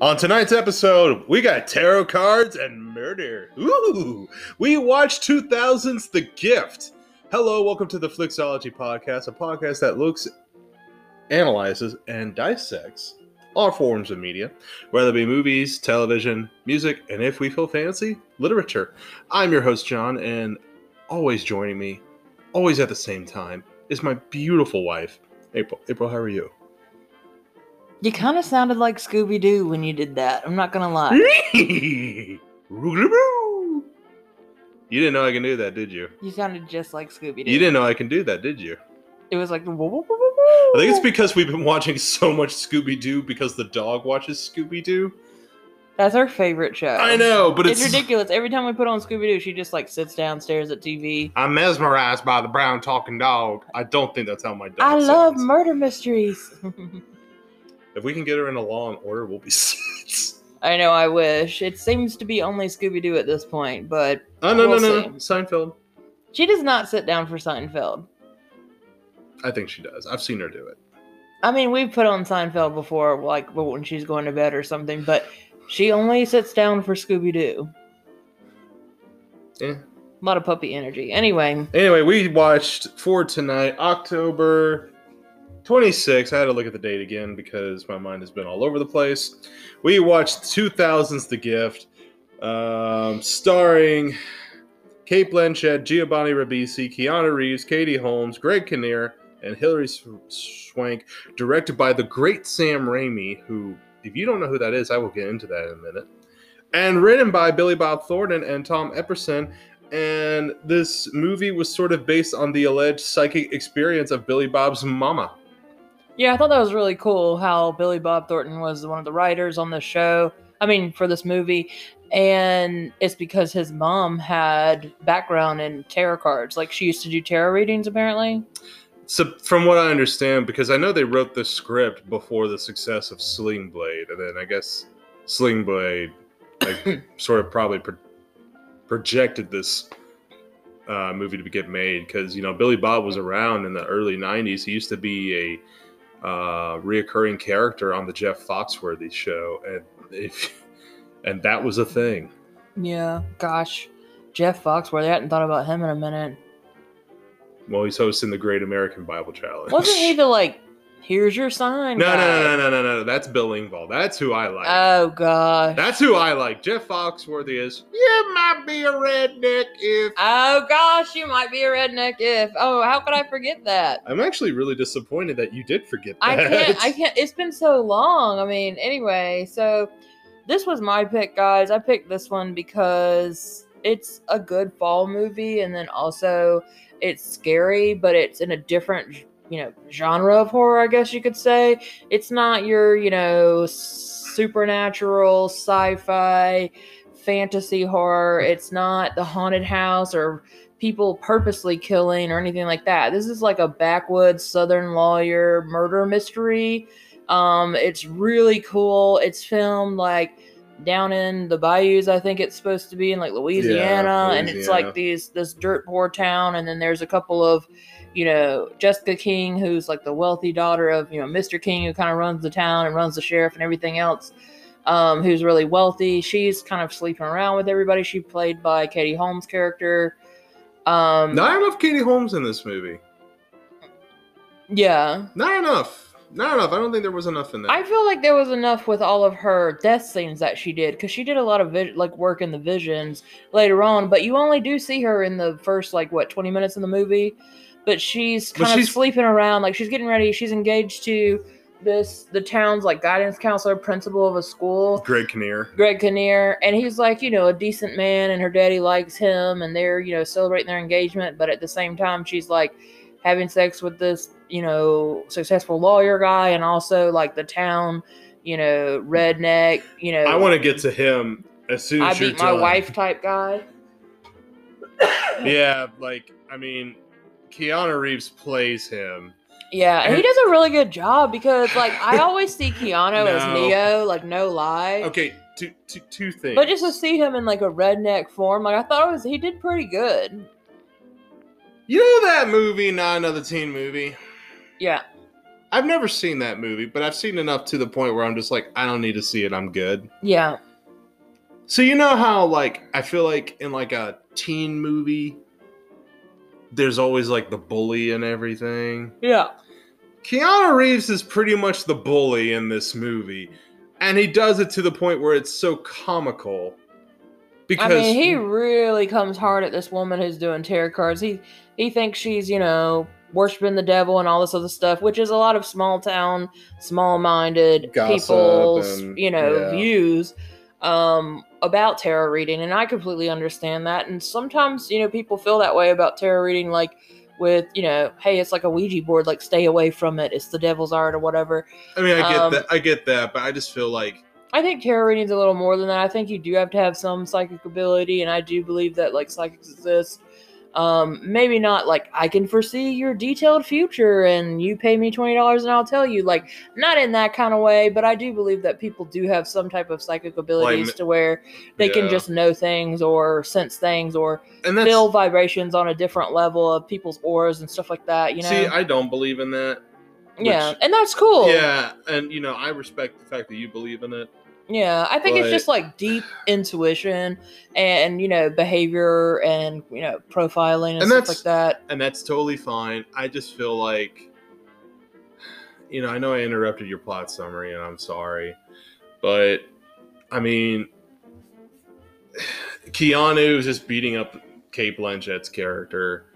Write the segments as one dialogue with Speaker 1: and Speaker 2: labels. Speaker 1: On tonight's episode, we got tarot cards and murder. Ooh, we watched 2000's The Gift. Hello, welcome to the Flixology Podcast, a podcast that looks, analyzes, and dissects all forms of media, whether it be movies, television, music, and if we feel fancy, literature. I'm your host, John, and always joining me, always at the same time, is my beautiful wife, April. April, how are you?
Speaker 2: You kind of sounded like Scooby Doo when you did that. I'm not gonna lie.
Speaker 1: you didn't know I can do that, did you?
Speaker 2: You sounded just like Scooby Doo.
Speaker 1: You didn't know I can do that, did you?
Speaker 2: It was like.
Speaker 1: I
Speaker 2: I
Speaker 1: think it's because we've been watching so much Scooby Doo because the dog watches Scooby Doo.
Speaker 2: That's our favorite show.
Speaker 1: I know, but
Speaker 2: It's,
Speaker 1: it's,
Speaker 2: ridiculous. Every time we put on Scooby Doo, she just like sits down, stares at TV.
Speaker 1: I'm mesmerized by the brown talking dog. I don't think that's how my dog.
Speaker 2: I love
Speaker 1: sounds.
Speaker 2: murder mysteries.
Speaker 1: If we can get her in a Law and Order, we'll be set.
Speaker 2: I know. I wish it seems to be only Scooby Doo at this point, but
Speaker 1: Oh no,
Speaker 2: We'll
Speaker 1: no, no, no, Seinfeld.
Speaker 2: she does not sit down for Seinfeld.
Speaker 1: I think she does. I've seen her do it.
Speaker 2: I mean, we've put on Seinfeld before, like when she's going to bed or something, but she only sits down for Scooby Doo.
Speaker 1: Yeah.
Speaker 2: A lot of puppy energy. Anyway,
Speaker 1: Anyway, we watched for tonight, October 26th. I had to look at the date again because my mind has been all over the place. We watched 2000's The Gift, um, starring Kate Blanchett, Giovanni Ribisi, Keanu Reeves, Katie Holmes, Greg Kinnear, and Hilary Sw- Swank, directed by the great Sam Raimi, who, if you don't know who that is, I will get into that in a minute. And written by Billy Bob Thornton and Tom Epperson, and this movie was sort of based on the alleged psychic experience of Billy Bob's mama.
Speaker 2: yeah, I thought that was really cool how Billy Bob Thornton was one of the writers on the show. I mean, for this movie. And it's because his mom had background in tarot cards. Like she used to do tarot readings, apparently.
Speaker 1: So, from what I understand, because I know they wrote the script before the success of Sling Blade, and then I guess Sling Blade like, sort of probably pro- projected this uh, movie to get made because you know Billy Bob was around in the early '90s. He used to be a uh, reoccurring character on the Jeff Foxworthy show, and if, and that was a thing.
Speaker 2: Yeah. Gosh, Jeff Foxworthy. I hadn't thought about him in a minute.
Speaker 1: Well, he's hosting the Great American Bible Challenge.
Speaker 2: Wasn't he the like, here's your sign?
Speaker 1: no, no,
Speaker 2: guy?
Speaker 1: no, no, no, no, no. That's Bill Ingvall. That's who I like.
Speaker 2: Oh gosh.
Speaker 1: That's who I like. Jeff Foxworthy is. You might be a redneck if.
Speaker 2: Oh gosh, you might be a redneck if. Oh, how could I forget that?
Speaker 1: I'm actually really disappointed that you did forget that.
Speaker 2: I can't. I can't. It's been so long. I mean, anyway, so this was my pick, guys. I picked this one because it's a good fall movie, and then also it's scary, but it's in a different, you know, genre of horror. I guess you could say it's not your, you know, supernatural sci-fi fantasy horror. It's not the haunted house or people purposely killing or anything like that. This is like a backwoods southern lawyer murder mystery. Um, it's really cool. It's filmed like down in the bayous, I think it's supposed to be in like Louisiana, and it's
Speaker 1: Louisiana.
Speaker 2: like these this dirt poor town, and then there's a couple of you know Jessica King, who's like the wealthy daughter of you know Mr. King, who kind of runs the town and runs the sheriff and everything else. Um, who's really wealthy? She's kind of sleeping around with everybody. She played by Katie Holmes' character. Um,
Speaker 1: Not enough Katie Holmes in this movie.
Speaker 2: yeah,
Speaker 1: Not enough. Not enough. I don't think there was enough in that.
Speaker 2: I feel like there was enough with all of her death scenes that she did because she did a lot of vis- like work in the visions later on, but you only do see her in the first like what twenty minutes in the movie. But she's
Speaker 1: But
Speaker 2: kind of
Speaker 1: she's-
Speaker 2: sleeping around, like she's getting ready. She's engaged to this the town's like guidance counselor, principal of a school.
Speaker 1: Greg Kinnear.
Speaker 2: Greg Kinnear, and he's like, you know, a decent man, and her daddy likes him, and they're, you know, celebrating their engagement, but at the same time, she's like having sex with this, you know, successful lawyer guy, and also like the town, you know, redneck, you know,
Speaker 1: I want to get to him as soon
Speaker 2: I
Speaker 1: as you're
Speaker 2: beat my
Speaker 1: done.
Speaker 2: wife type guy.
Speaker 1: Yeah, like I mean, Keanu Reeves plays him.
Speaker 2: Yeah, and he does a really good job because, like, I always see Keanu as
Speaker 1: No.
Speaker 2: Neo, like, no lie.
Speaker 1: Okay, two, two, two things.
Speaker 2: But just to see him in like a redneck form, like I thought it was, he did pretty good.
Speaker 1: You know that movie, not another teen movie?
Speaker 2: Yeah,
Speaker 1: I've never seen that movie, but I've seen enough to the point where I'm just like, I don't need to see it. I'm good.
Speaker 2: Yeah.
Speaker 1: So you know how like I feel like in like a teen movie, there's always like the bully and everything.
Speaker 2: Yeah.
Speaker 1: Keanu Reeves is pretty much the bully in this movie, and he does it to the point where it's so comical.
Speaker 2: I
Speaker 1: Because
Speaker 2: mean, he really comes hard at this woman who's doing tarot cards. He he thinks she's, you know, worshiping the devil and all this other stuff, which is a lot of small town, small minded
Speaker 1: Gossip
Speaker 2: people's,
Speaker 1: and-
Speaker 2: you know,
Speaker 1: yeah.
Speaker 2: views um, about tarot reading, and I completely understand that. And sometimes, you know, people feel that way about tarot reading, like with, you know, hey, it's like a Ouija board, like stay away from it. It's the devil's art or whatever.
Speaker 1: I mean, I get
Speaker 2: um,
Speaker 1: that. I get that, but I just feel like
Speaker 2: I think tarot reading's a little more than that. I think you do have to have some psychic ability, and I do believe that like psychics exist. Um, maybe not like I can foresee your detailed future, and you pay me twenty dollars, and I'll tell you. Like not in that kind of way, but I do believe that people do have some type of psychic abilities to where they can
Speaker 1: yeah.
Speaker 2: just know things or sense things or
Speaker 1: and that's
Speaker 2: feel vibrations on a different level of people's auras and stuff like that. You know,
Speaker 1: see, I don't believe in that. which-
Speaker 2: yeah, and that's cool.
Speaker 1: Yeah, and you know, I respect the fact that you believe in it.
Speaker 2: Yeah, I think it's
Speaker 1: But-
Speaker 2: just like deep intuition and you know behavior and you know profiling and,
Speaker 1: And
Speaker 2: stuff
Speaker 1: that's-
Speaker 2: like that.
Speaker 1: and that's totally fine. I just feel like, you know, I know I interrupted your plot summary, and I'm sorry, but I mean, Keanu is just beating up Kate Blanchett's character.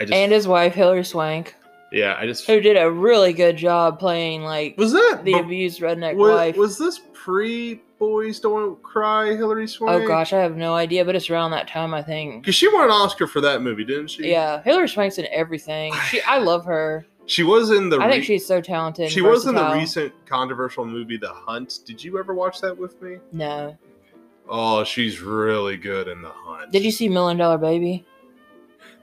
Speaker 1: I just,
Speaker 2: And his wife Hillary Swank,
Speaker 1: yeah, I just
Speaker 2: who did a really good job playing like
Speaker 1: was that
Speaker 2: the
Speaker 1: but
Speaker 2: abused redneck
Speaker 1: was,
Speaker 2: wife.
Speaker 1: was this pre Boys Don't Cry Hillary Swank?
Speaker 2: oh gosh, I have no idea, but it's around that time I think.
Speaker 1: because she won an Oscar for that movie, didn't she?
Speaker 2: Yeah, Hillary Swank's in everything. She, I love her.
Speaker 1: she was in the.
Speaker 2: I think
Speaker 1: re-
Speaker 2: she's so talented. and
Speaker 1: She was in the
Speaker 2: versatile.
Speaker 1: recent controversial movie The Hunt. Did you ever watch that with me?
Speaker 2: No,
Speaker 1: Oh, she's really good in The Hunt.
Speaker 2: did you see Million Dollar Baby?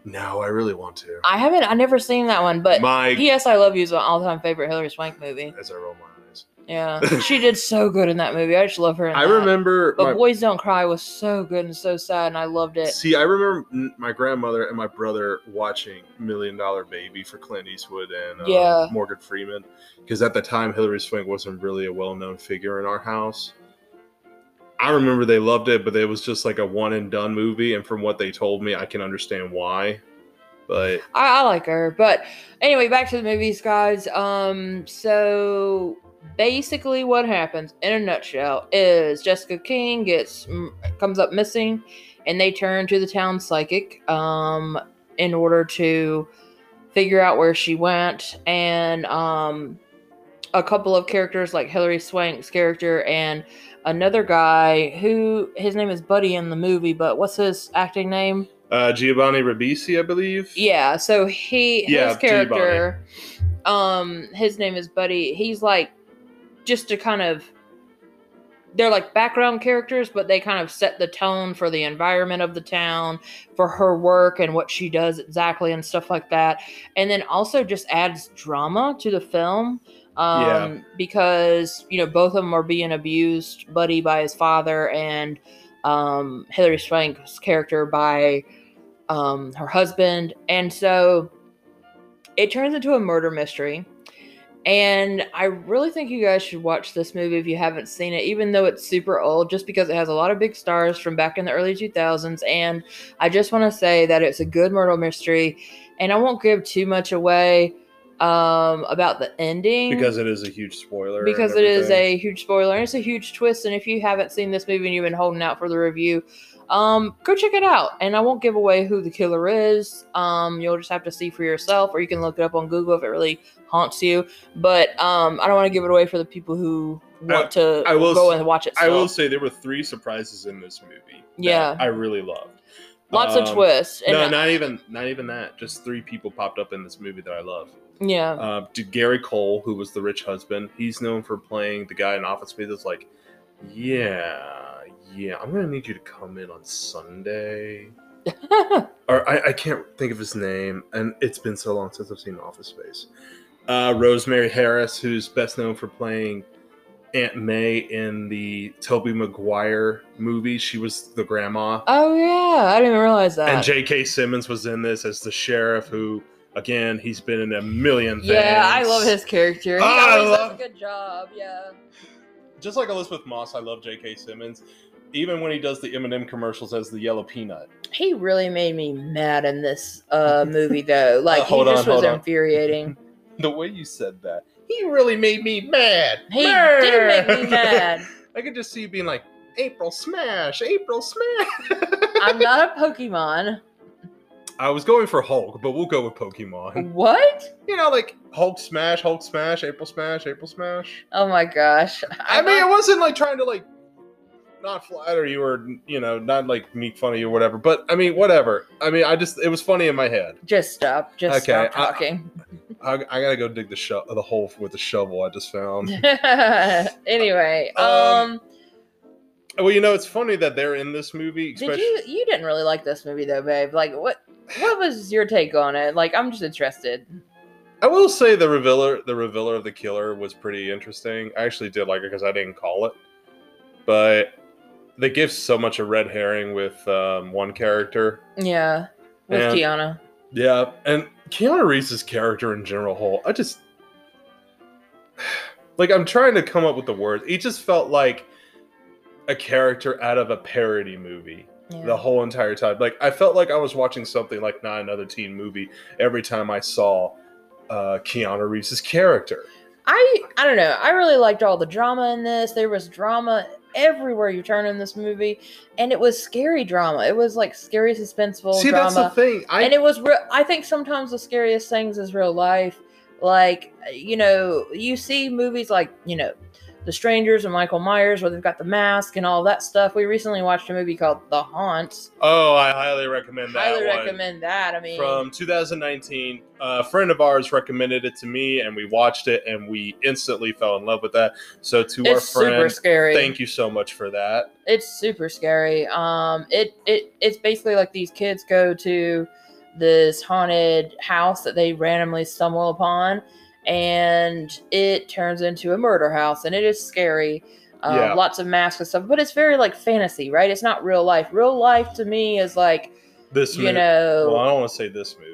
Speaker 1: No, I really want to.
Speaker 2: I haven't. I never seen that one, but
Speaker 1: My
Speaker 2: P.S. I Love You is my all-time favorite Hillary Swank movie.
Speaker 1: as I roll my eyes.
Speaker 2: Yeah, she did so good in that movie. I just love her. In
Speaker 1: I
Speaker 2: that.
Speaker 1: remember
Speaker 2: but
Speaker 1: my-
Speaker 2: Boys Don't Cry was so good and so sad, and I loved it.
Speaker 1: See, I remember n- my grandmother and my brother watching Million Dollar Baby for Clint Eastwood and uh,
Speaker 2: Yeah.
Speaker 1: Morgan Freeman because at the time Hillary Swank wasn't really a well-known figure in our house. I remember they loved it, but it was just like a one and done movie and from what they told me, I can understand why. But
Speaker 2: I, I like her, but anyway, back to the movies, guys. Um, so basically, what happens in a nutshell is Jessica King gets m- comes up missing, and they turn to the town psychic um in order to figure out where she went, and um a couple of characters like Hillary Swank's character and another guy who his name is Buddy in the movie, but what's his acting name?
Speaker 1: uh Giovanni Ribisi, I believe.
Speaker 2: Yeah, so he
Speaker 1: Yeah,
Speaker 2: his character um his name is Buddy. He's like just to kind of they're like background characters, but they kind of set the tone for the environment of the town, for her work and what she does exactly and stuff like that. And then also just adds drama to the film. Um
Speaker 1: Yeah.
Speaker 2: because, you know, both of them are being abused, Buddy by his father and um Hillary Swank's character by um, her husband. And so it turns into a murder mystery. And I really think you guys should watch this movie if you haven't seen it, even though it's super old, just because it has a lot of big stars from back in the early 2000s. And I just want to say that it's a good murder mystery. And I won't give too much away um, about the ending
Speaker 1: because it is a huge spoiler. and
Speaker 2: because it is
Speaker 1: everything.
Speaker 2: a huge spoiler and it's a huge twist and if you haven't seen this movie and you've been holding out for the review um go check it out and i won't give away who the killer is um you'll just have to see for yourself or you can look it up on google if it really haunts you but um i don't want to give it away for the people who want to
Speaker 1: I will
Speaker 2: go
Speaker 1: s-
Speaker 2: and watch it
Speaker 1: I will
Speaker 2: still.
Speaker 1: say there were three surprises in this movie. that
Speaker 2: Yeah.
Speaker 1: I really loved.
Speaker 2: lots of
Speaker 1: Um,
Speaker 2: twists and
Speaker 1: no, not even not even that. Just three people popped up in this movie that I love.
Speaker 2: yeah
Speaker 1: Uh, to Gary Cole, who was the rich husband, he's known for playing the guy in Office Space that's like, yeah, yeah, I'm gonna need you to come in on Sunday. Or I, I can't think of his name, and it's been so long since I've seen Office Space. Uh, Rosemary Harris, who's best known for playing Aunt May in the Toby Maguire movie, she was the grandma.
Speaker 2: oh yeah i didn't realize that
Speaker 1: And J.K. Simmons was in this as the sheriff who Again, he's been in a million things.
Speaker 2: Yeah, I love his character. He
Speaker 1: Ah, I
Speaker 2: always
Speaker 1: love-
Speaker 2: does a good job. Yeah.
Speaker 1: Just like Elizabeth Moss, I love J.K. Simmons. Even when he does the M&M commercials as the yellow peanut.
Speaker 2: He really made me mad in this uh, movie, though. Like,
Speaker 1: hold
Speaker 2: he just
Speaker 1: on,
Speaker 2: was
Speaker 1: hold on.
Speaker 2: infuriating.
Speaker 1: The way you said that, he really made me mad.
Speaker 2: He
Speaker 1: Brr.
Speaker 2: did make me mad.
Speaker 1: I could just see you being like, April Smash, April Smash.
Speaker 2: I'm not a Pokemon.
Speaker 1: I was going for Hulk, but we'll go with Pokemon.
Speaker 2: What?
Speaker 1: You know, like Hulk Smash, Hulk Smash, April Smash, April Smash.
Speaker 2: Oh my gosh.
Speaker 1: I
Speaker 2: I'm
Speaker 1: mean, it
Speaker 2: not-
Speaker 1: wasn't like trying to like not flatter you or you know not like make fun of you or whatever. But I mean, whatever. I mean, I just it was funny in my head.
Speaker 2: just stop. Just
Speaker 1: Okay,
Speaker 2: stop
Speaker 1: I-
Speaker 2: talking.
Speaker 1: I, I gotta go dig the sho- the hole with the shovel I just found.
Speaker 2: anyway, um,
Speaker 1: Um, well, you know, it's funny that they're in this movie.
Speaker 2: did
Speaker 1: Especially,
Speaker 2: you you didn't really like this movie though, babe? Like, what what was your take on it? Like, I'm just interested.
Speaker 1: I will say the revealer, the revealer of the killer was pretty interesting. I actually did like it because I didn't call it, but they give so much a red herring with um, one character.
Speaker 2: Yeah, with
Speaker 1: And-
Speaker 2: Kiana.
Speaker 1: Yeah, and Keanu Reeves' character in general whole, I just like I'm trying to come up with the words. He just felt like a character out of a parody movie
Speaker 2: Yeah.
Speaker 1: the whole entire time. Like I felt like I was watching something like not another teen movie every time I saw uh, Keanu Reeves' character.
Speaker 2: I I don't know. I really liked all the drama in this. There was drama everywhere you turn in this movie, and it was scary drama. It was like scary suspenseful
Speaker 1: See,
Speaker 2: drama.
Speaker 1: that's the thing. I
Speaker 2: and it was real i think sometimes the scariest things is real life like you know you see movies like you know the strangers and michael myers where they've got the mask and all that stuff we recently watched a movie called the haunt
Speaker 1: oh, I highly recommend that.
Speaker 2: highly
Speaker 1: one.
Speaker 2: recommend that i mean
Speaker 1: from 2019. A friend of ours recommended it to me, and we watched it, and we instantly fell in love with that. So to our
Speaker 2: it's super
Speaker 1: friend,
Speaker 2: scary
Speaker 1: thank you so much for that.
Speaker 2: it's super scary um it it it's basically like these kids go to this haunted house that they randomly stumble upon and it turns into a murder house and it is scary um,
Speaker 1: Yeah.
Speaker 2: lots of masks and stuff but it's very like fantasy right it's not real life real life to me is like
Speaker 1: This
Speaker 2: you
Speaker 1: movie.
Speaker 2: know
Speaker 1: well, I don't want to say this movie.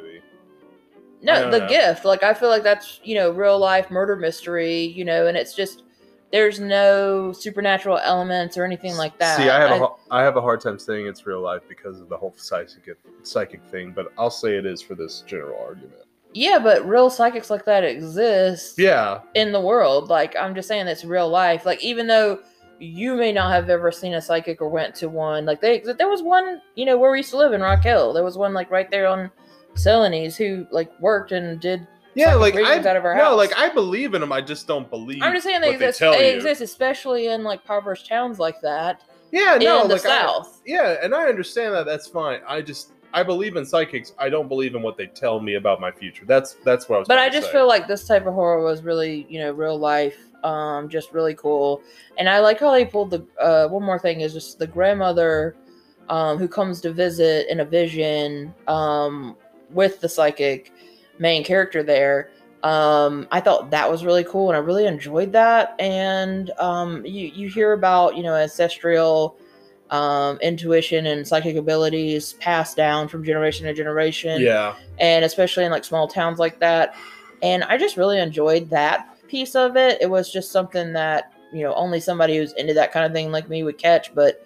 Speaker 1: I
Speaker 2: no
Speaker 1: don't
Speaker 2: the
Speaker 1: know.
Speaker 2: gift like i feel like that's you know real life murder mystery you know and it's just there's no supernatural elements or anything like that
Speaker 1: See, I have a ho- I have a hard time saying it's real life because of the whole psychic psychic thing, but I'll say it is for this general argument.
Speaker 2: Yeah, but real psychics like that exist
Speaker 1: Yeah,
Speaker 2: in the world. Like I'm just saying it's real life. Like even though you may not have ever seen a psychic or went to one, like they there was one, you know, where we used to live in Rock Hill. There was one like right there on Celanese who like worked and did
Speaker 1: yeah.
Speaker 2: Psychic
Speaker 1: Like I
Speaker 2: readings out of our
Speaker 1: no,
Speaker 2: house.
Speaker 1: like I believe in them. I just don't believe.
Speaker 2: I'm just saying they
Speaker 1: what they
Speaker 2: exist
Speaker 1: tell
Speaker 2: they
Speaker 1: you.
Speaker 2: exist especially in like impoverished towns like that.
Speaker 1: yeah, no,
Speaker 2: in the
Speaker 1: like I-
Speaker 2: South.
Speaker 1: yeah and i understand that that's fine i just i believe in psychics i don't believe in what they tell me about my future that's that's what i was
Speaker 2: But
Speaker 1: trying
Speaker 2: I
Speaker 1: to
Speaker 2: just
Speaker 1: say.
Speaker 2: feel like this type of horror was really, you know, real life, um, just really cool. And I like how they pulled the uh, one more thing is just the grandmother um, who comes to visit in a vision um, with the psychic main character there. Um, I thought that was really cool, and I really enjoyed that. And um, you you hear about you know ancestral um, intuition and psychic abilities passed down from generation to generation
Speaker 1: yeah
Speaker 2: and especially in like small towns like that. And I just really enjoyed that piece of it. It was just something that, you know, only somebody who's into that kind of thing like me would catch, but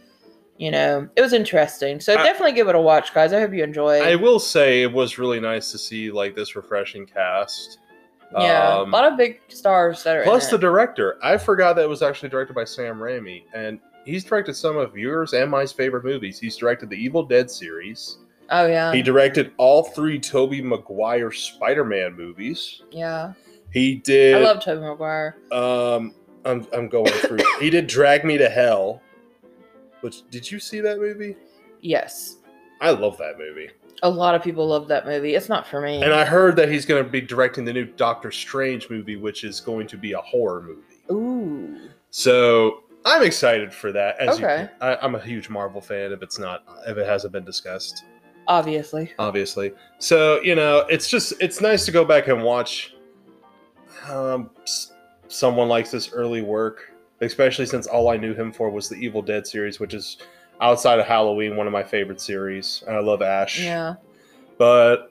Speaker 2: you know, it was interesting. So
Speaker 1: I-
Speaker 2: definitely give it a watch, guys. I hope you enjoy.
Speaker 1: i will say it was really nice to see like this refreshing cast
Speaker 2: yeah,
Speaker 1: um,
Speaker 2: a lot of big stars that are
Speaker 1: plus the
Speaker 2: in it.
Speaker 1: director i forgot that it was actually directed by sam raimi and he's directed some of yours and my favorite movies he's directed the evil dead series
Speaker 2: oh yeah,
Speaker 1: he directed all three toby maguire spider-man movies
Speaker 2: yeah.
Speaker 1: he did
Speaker 2: I love Tobey Maguire.
Speaker 1: Um, I'm I'm going through. he did Drag Me to Hell, which did you see that movie?
Speaker 2: Yes,
Speaker 1: I love that movie,
Speaker 2: a lot of people love that movie. It's not for me.
Speaker 1: and I heard that he's going to be directing the new Doctor Strange movie, which is going to be a horror movie.
Speaker 2: Ooh,
Speaker 1: So I'm excited for that. As you-
Speaker 2: Okay.
Speaker 1: I, I'm a huge Marvel fan. If it's not, if it hasn't been discussed,
Speaker 2: obviously.
Speaker 1: obviously. So you know, it's just it's nice to go back and watch. Um, s- someone likes this early work, especially since all I knew him for was the Evil Dead series, which is outside of Halloween one of my favorite series, and I love Ash.
Speaker 2: Yeah.
Speaker 1: But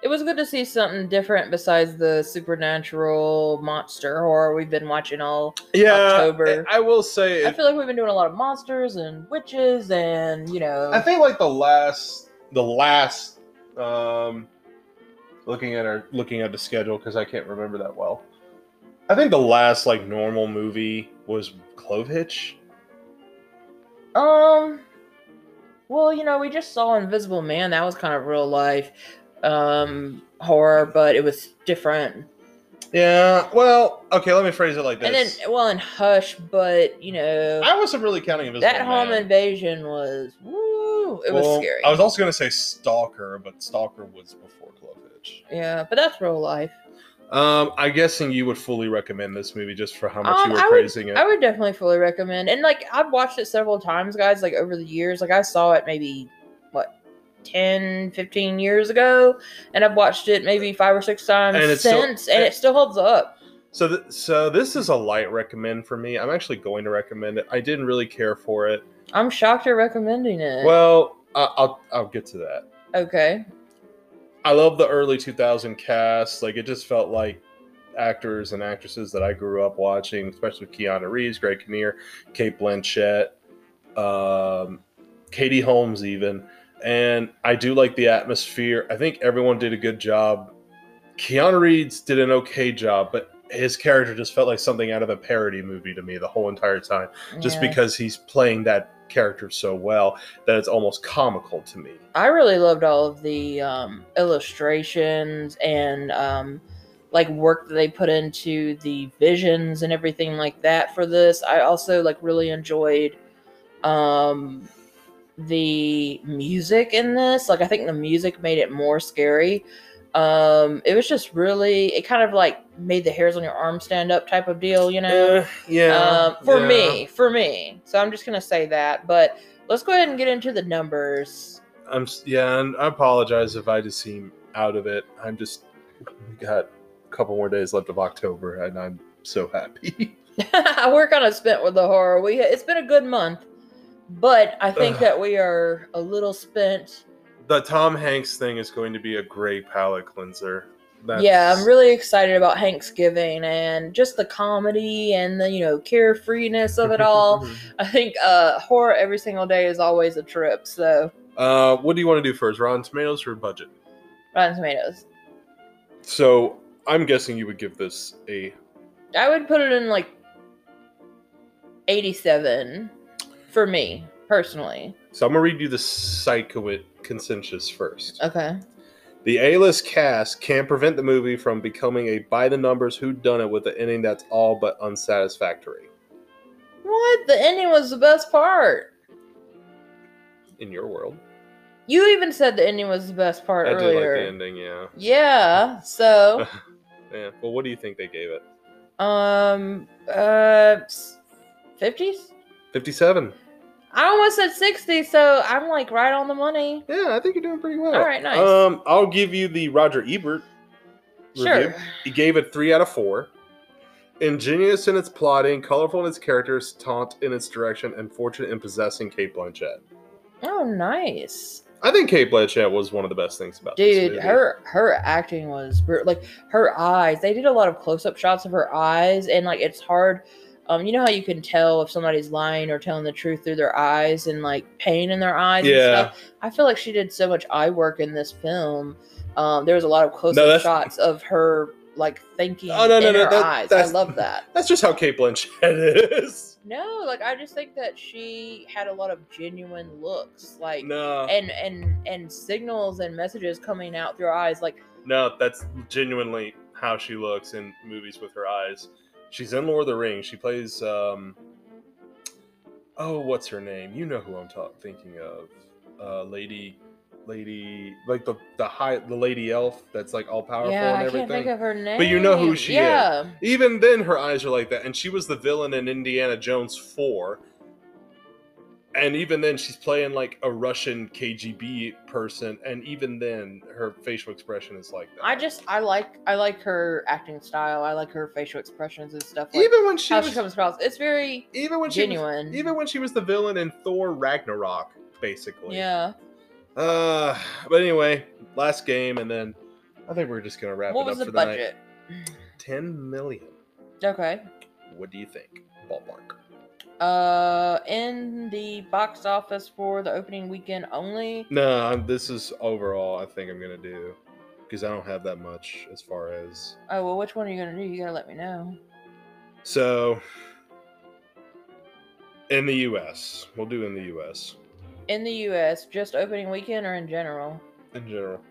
Speaker 2: it was good to see something different besides the supernatural monster horror we've been watching all.
Speaker 1: Yeah,
Speaker 2: October.
Speaker 1: I I will say,
Speaker 2: I
Speaker 1: it,
Speaker 2: feel like we've been doing a lot of monsters and witches and you know.
Speaker 1: I think like the last, the last, um, looking at our looking at the schedule because I can't remember that well. I think the last like normal movie was Clove Hitch.
Speaker 2: Um. Well, you know, we just saw Invisible Man. That was kind of real life um horror, but it was different.
Speaker 1: Yeah. Well, okay. Let me phrase it like this.
Speaker 2: And then, well, in Hush, but you know,
Speaker 1: I wasn't really counting Invisible
Speaker 2: that home
Speaker 1: Man.
Speaker 2: invasion was woo. It
Speaker 1: Well,
Speaker 2: was scary.
Speaker 1: I was also gonna say Stalker, but Stalker was before Clove Hitch.
Speaker 2: yeah, but that's real life.
Speaker 1: Um, I'm guessing you would fully recommend this movie just for how much
Speaker 2: Um,
Speaker 1: you were
Speaker 2: I would-
Speaker 1: praising it.
Speaker 2: I would definitely fully recommend. And like I've watched it several times, guys, like over the years. Like I saw it maybe what 10, 15 years ago, and I've watched it maybe five or six times
Speaker 1: And it's still-
Speaker 2: since, and it still holds up.
Speaker 1: So, th- so this is a light recommend for me. I'm actually going to recommend it. I didn't really care for it.
Speaker 2: I'm shocked you're recommending it.
Speaker 1: Well, I I'll I'll get to that.
Speaker 2: okay.
Speaker 1: I love the early 2000 cast. Like it just felt like actors and actresses that I grew up watching, especially Keanu Reeves, Greg Kinnear, Kate Blanchett, um, Katie Holmes, even. And I do like the atmosphere. I think everyone did a good job. Keanu Reeves did an okay job, but his character just felt like something out of a parody movie to me the whole entire time, just
Speaker 2: Yeah.
Speaker 1: because he's playing that character so well that it's almost comical to me.
Speaker 2: I really loved all of the um, illustrations and um, like work that they put into the visions and everything like that for this. I also like really enjoyed um, the music in this. Like I think the music made it more scary. Um, it was just really it kind of like made the hairs on your arm stand up type of deal, you know.
Speaker 1: Eh, yeah.
Speaker 2: Um, for
Speaker 1: yeah.
Speaker 2: me, for me. So I'm just gonna say that. But let's go ahead and get into the numbers.
Speaker 1: I'm s- yeah, and I apologize if I just seem out of it. I'm just we got a couple more days left of October, and I'm so happy.
Speaker 2: We're kind of spent with the horror. We it's been a good month, but I think
Speaker 1: Ugh.
Speaker 2: that we are a little spent.
Speaker 1: the Tom Hanks thing is going to be a great palate cleanser. That's,
Speaker 2: Yeah, I'm really excited about Thanksgiving and just the comedy and the you know carefreeness of it all. I think uh, horror every single day is always a trip. So
Speaker 1: uh, what do you want to do first, Rotten Tomatoes or budget?
Speaker 2: Rotten Tomatoes,
Speaker 1: So I'm guessing you would give this a.
Speaker 2: I would put it in like 87 for me personally.
Speaker 1: So I'm gonna read you the psychoid consensus first.
Speaker 2: Okay.
Speaker 1: The A-list cast can prevent the movie from becoming a by-the-numbers whodunit with an ending that's all but unsatisfactory.
Speaker 2: What? The ending was the best part.
Speaker 1: In your world,
Speaker 2: You even said the ending was the best part
Speaker 1: I do like
Speaker 2: earlier.
Speaker 1: the ending. Yeah,
Speaker 2: Yeah. So,
Speaker 1: yeah. Well, what do you think they gave it?
Speaker 2: um, uh, fifties.
Speaker 1: Fifty-seven.
Speaker 2: I almost said sixty, so I'm like right on the money.
Speaker 1: Yeah, I think you're doing pretty well.
Speaker 2: All right, nice.
Speaker 1: Um, I'll give you the Roger Ebert.
Speaker 2: Sure.
Speaker 1: He gave it three out of four. Ingenious in its plotting, colorful in its characters, taunt in its direction, and fortunate in possessing Kate Blanchett.
Speaker 2: Oh, nice,
Speaker 1: I think Kate Blanchett was one of the best things about this
Speaker 2: dude.
Speaker 1: movie.
Speaker 2: Her her acting was br- like her eyes. They did a lot of close up shots of her eyes, and like it's hard. Um, you know how you can tell if somebody's lying or telling the truth through their eyes and like pain in their eyes and stuff.
Speaker 1: Yeah,
Speaker 2: I feel like she did so much eye work in this film. Um, there was a lot of close-up
Speaker 1: that's-
Speaker 2: shots of her like thinking
Speaker 1: Oh, no, no,
Speaker 2: in
Speaker 1: no,
Speaker 2: her
Speaker 1: that-
Speaker 2: eyes. I
Speaker 1: that's-
Speaker 2: love that.
Speaker 1: that's just how Kate Blanchett is.
Speaker 2: No, like I just think that she had a lot of genuine looks, like
Speaker 1: No,
Speaker 2: and and and signals and messages coming out through her eyes. Like
Speaker 1: No, that's genuinely how she looks in movies with her eyes. She's in Lord of the Rings. She plays um Oh, what's her name? You know who I'm talking thinking of. Uh lady lady like the the high the lady elf that's like all powerful
Speaker 2: yeah,
Speaker 1: and
Speaker 2: I
Speaker 1: everything.
Speaker 2: can't think of her name.
Speaker 1: you know who she is.
Speaker 2: yeah. is.
Speaker 1: Even then her eyes are like that and she was the villain in Indiana Jones 4. And even then she's playing like a Russian KGB person and even then her facial expression is like that.
Speaker 2: I just I like I like her acting style. I like her facial expressions and stuff. Like
Speaker 1: even when she
Speaker 2: how
Speaker 1: was
Speaker 2: she comes across, it's very
Speaker 1: even when she was-
Speaker 2: genuine.
Speaker 1: even when she was the villain in Thor Ragnarok, basically.
Speaker 2: yeah.
Speaker 1: Uh, but anyway, last game, and then I think we're just gonna wrap
Speaker 2: What
Speaker 1: it up
Speaker 2: was the
Speaker 1: for the night.
Speaker 2: budget?
Speaker 1: Ten million.
Speaker 2: Okay.
Speaker 1: What do you think? Ballpark.
Speaker 2: Uh, in the box office for the opening weekend only.
Speaker 1: No, I'm, this is overall. I think I'm gonna do because I don't have that much as far as
Speaker 2: Oh well, which one are you gonna do? You gotta let me know.
Speaker 1: so. In the U.S., we'll do in the U.S.
Speaker 2: In the U.S., just opening weekend or in general?
Speaker 1: in general.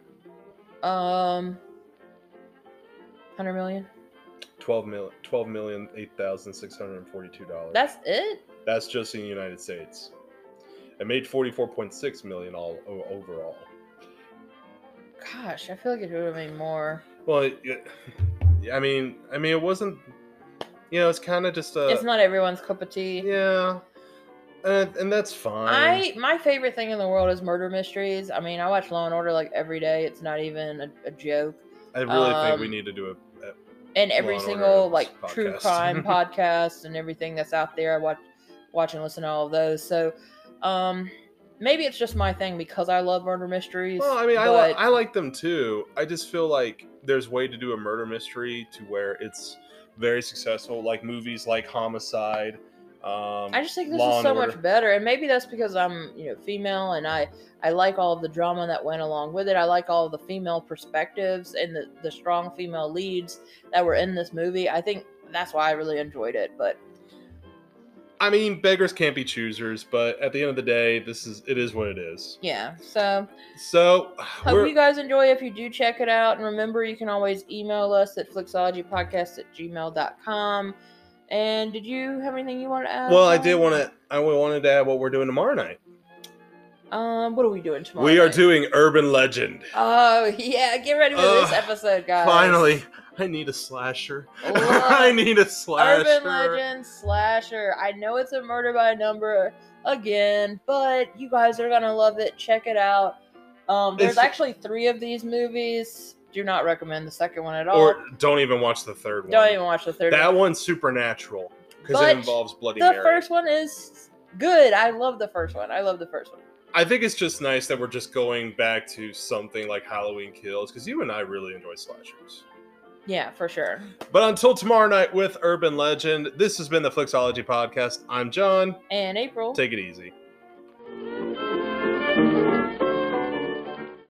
Speaker 2: Um, hundred million.
Speaker 1: 12 million, 12 million, dollars.
Speaker 2: That's it.
Speaker 1: That's just in the United States. It made 44.6 million all o- overall.
Speaker 2: Gosh, I feel like it would have been more.
Speaker 1: Well, it, it- I mean, I mean, it wasn't. You know, it's kind of just a.
Speaker 2: it's not everyone's cup of tea.
Speaker 1: Yeah, and, and that's fine.
Speaker 2: I my favorite thing in the world is murder mysteries. I mean, I watch Law and Order like every day. It's not even a, a joke.
Speaker 1: I really think we
Speaker 2: um,
Speaker 1: need to do a. a
Speaker 2: And every
Speaker 1: Law and
Speaker 2: single
Speaker 1: Order
Speaker 2: like true
Speaker 1: podcast.
Speaker 2: crime podcast and everything that's out there, I watch, watch and listen to all of those. So, um, maybe it's just my thing because I love murder mysteries.
Speaker 1: well, I mean, I, li-
Speaker 2: but
Speaker 1: I like them too. I just feel like there's way to do a murder mystery to where it's very successful, like movies like Homicide. Um,
Speaker 2: I just think this
Speaker 1: Law and
Speaker 2: is so
Speaker 1: Order.
Speaker 2: much better, and maybe that's because I'm you know female and I I like all of the drama that went along with it. I like all of the female perspectives and the the strong female leads that were in this movie. I think that's why I really enjoyed it. But
Speaker 1: I mean, beggars can't be choosers, but at the end of the day, this is it is what it is.
Speaker 2: yeah, so
Speaker 1: So
Speaker 2: hope
Speaker 1: we're,
Speaker 2: you guys enjoy. If you do check it out, and remember you can always email us at flixologypodcast at gmail.com. And did you have anything you want to add?
Speaker 1: well, I did
Speaker 2: Ryan?
Speaker 1: want to I wanted to add what we're doing tomorrow night.
Speaker 2: Um, what are we doing tomorrow?
Speaker 1: we are
Speaker 2: night?
Speaker 1: doing urban legend.
Speaker 2: Oh yeah, get ready for this
Speaker 1: Ugh,
Speaker 2: episode, guys.
Speaker 1: Finally, I need a slasher.
Speaker 2: Love
Speaker 1: I need a slasher.
Speaker 2: Urban legend slasher. I know it's a murder by number again, but you guys are gonna love it. Check it out. Um, there's
Speaker 1: It's-
Speaker 2: actually three of these movies. Do not recommend the second one at all.
Speaker 1: Or don't even watch the third
Speaker 2: Don't
Speaker 1: one.
Speaker 2: even watch the third
Speaker 1: that
Speaker 2: one.
Speaker 1: one's supernatural because
Speaker 2: But
Speaker 1: it involves Bloody
Speaker 2: The
Speaker 1: Mary.
Speaker 2: first one is good. I love the first one. I love the first one.
Speaker 1: I think it's just nice that we're just going back to something like Halloween Kills because you and I really enjoy slashers.
Speaker 2: Yeah, for sure.
Speaker 1: But until tomorrow night with Urban Legend, this has been the Flixology Podcast. I'm John.
Speaker 2: And April.
Speaker 1: Take it easy.